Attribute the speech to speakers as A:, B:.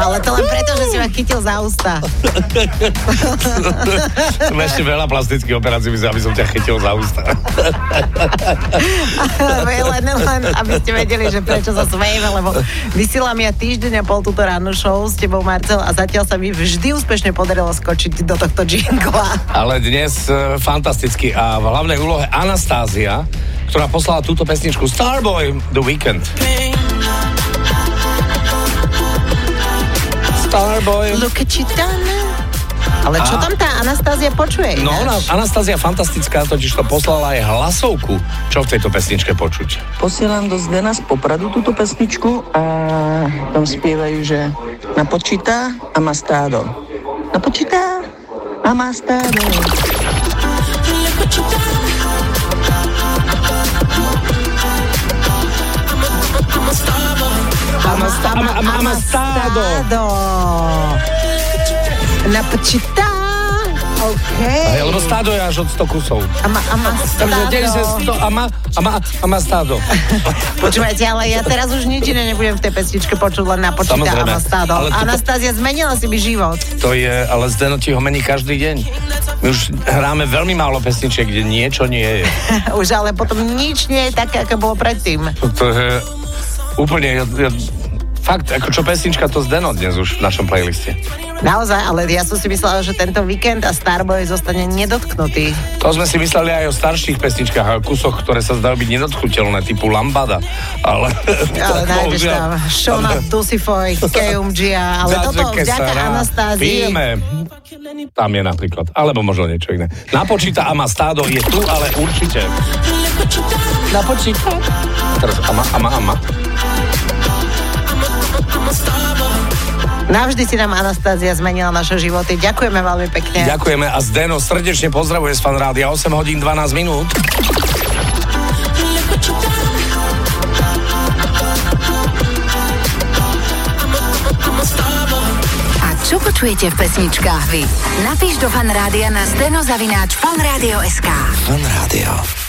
A: ale to len preto, že si ma chytil za ústa.
B: Som ešte veľa plastických operácií, myslím, aby som ťa chytil za ústa.
A: len, len, aby ste vedeli, že prečo sa smejeme, lebo vysielam ja týždeň a pol túto ránu show s tebou, Marcel, a zatiaľ sa mi vždy úspešne podarilo skočiť do tohto džingla.
B: Ale dnes e, fantasticky a v hlavnej úlohe Anastázia, ktorá poslala túto pesničku Starboy The Weekend. Starboy.
A: Look at you done. Ale
B: A-
A: čo tam tá Anastázia počuje?
B: No, ona,
A: ináč?
B: Anastázia fantastická totiž to poslala aj hlasovku. Čo v tejto pesničke počuť?
C: Posílám do Zdena z Popradu túto pesničku a tam spievajú, že napočíta a má stádo. Napočíta a má stádo.
B: Ama- ama- ama stádo.
A: Stádo. Napočítá. OK.
B: Hej, lebo stádo je až od 100 kusov.
A: Ama, ama
B: Takže
A: stádo.
B: deli sa 100 a má, a má, a má stádo.
A: Počúvajte, ale ja teraz už nič iné nebudem v tej pesničke počuť, len napočíta
B: Samozrejme,
A: Ama stádo.
B: ale to-
A: Anastázia, zmenila si mi život.
B: To je, ale Zdeno ti ho mení každý deň. My už hráme veľmi málo pesničiek, kde niečo nie je.
A: Už ale potom nič nie je také, ako bolo predtým.
B: To, to je úplne... Ja, ja, fakt, ako čo pesnička, to Zdeno dnes už v našom playliste.
A: Naozaj, ale ja som si myslela, že tento víkend a Starboy zostane nedotknutý.
B: To sme si mysleli aj o starších pesničkách a kusoch, ktoré sa zdajú byť nedotknutelné, typu Lambada. Ale,
A: Ale nájdeš tam Shona, Tusifoj, Keumgia, ale toto vďaka Anastázii.
B: Pijeme. Tam je napríklad. Alebo možno niečo iné. Napočíta Ama stádo je tu, ale určite. Napočíta. Teraz Ama, Ama, Ama.
A: Navždy si nám Anastázia zmenila naše životy. Ďakujeme veľmi pekne.
B: Ďakujeme a Zdeno srdečne pozdravuje z fanrádia 8 hodín 12 minút.
D: A čo počujete v pesničkách vy? Napíš do fan rádia na steno zavináč fanradio.sk.
E: Fan Rádio.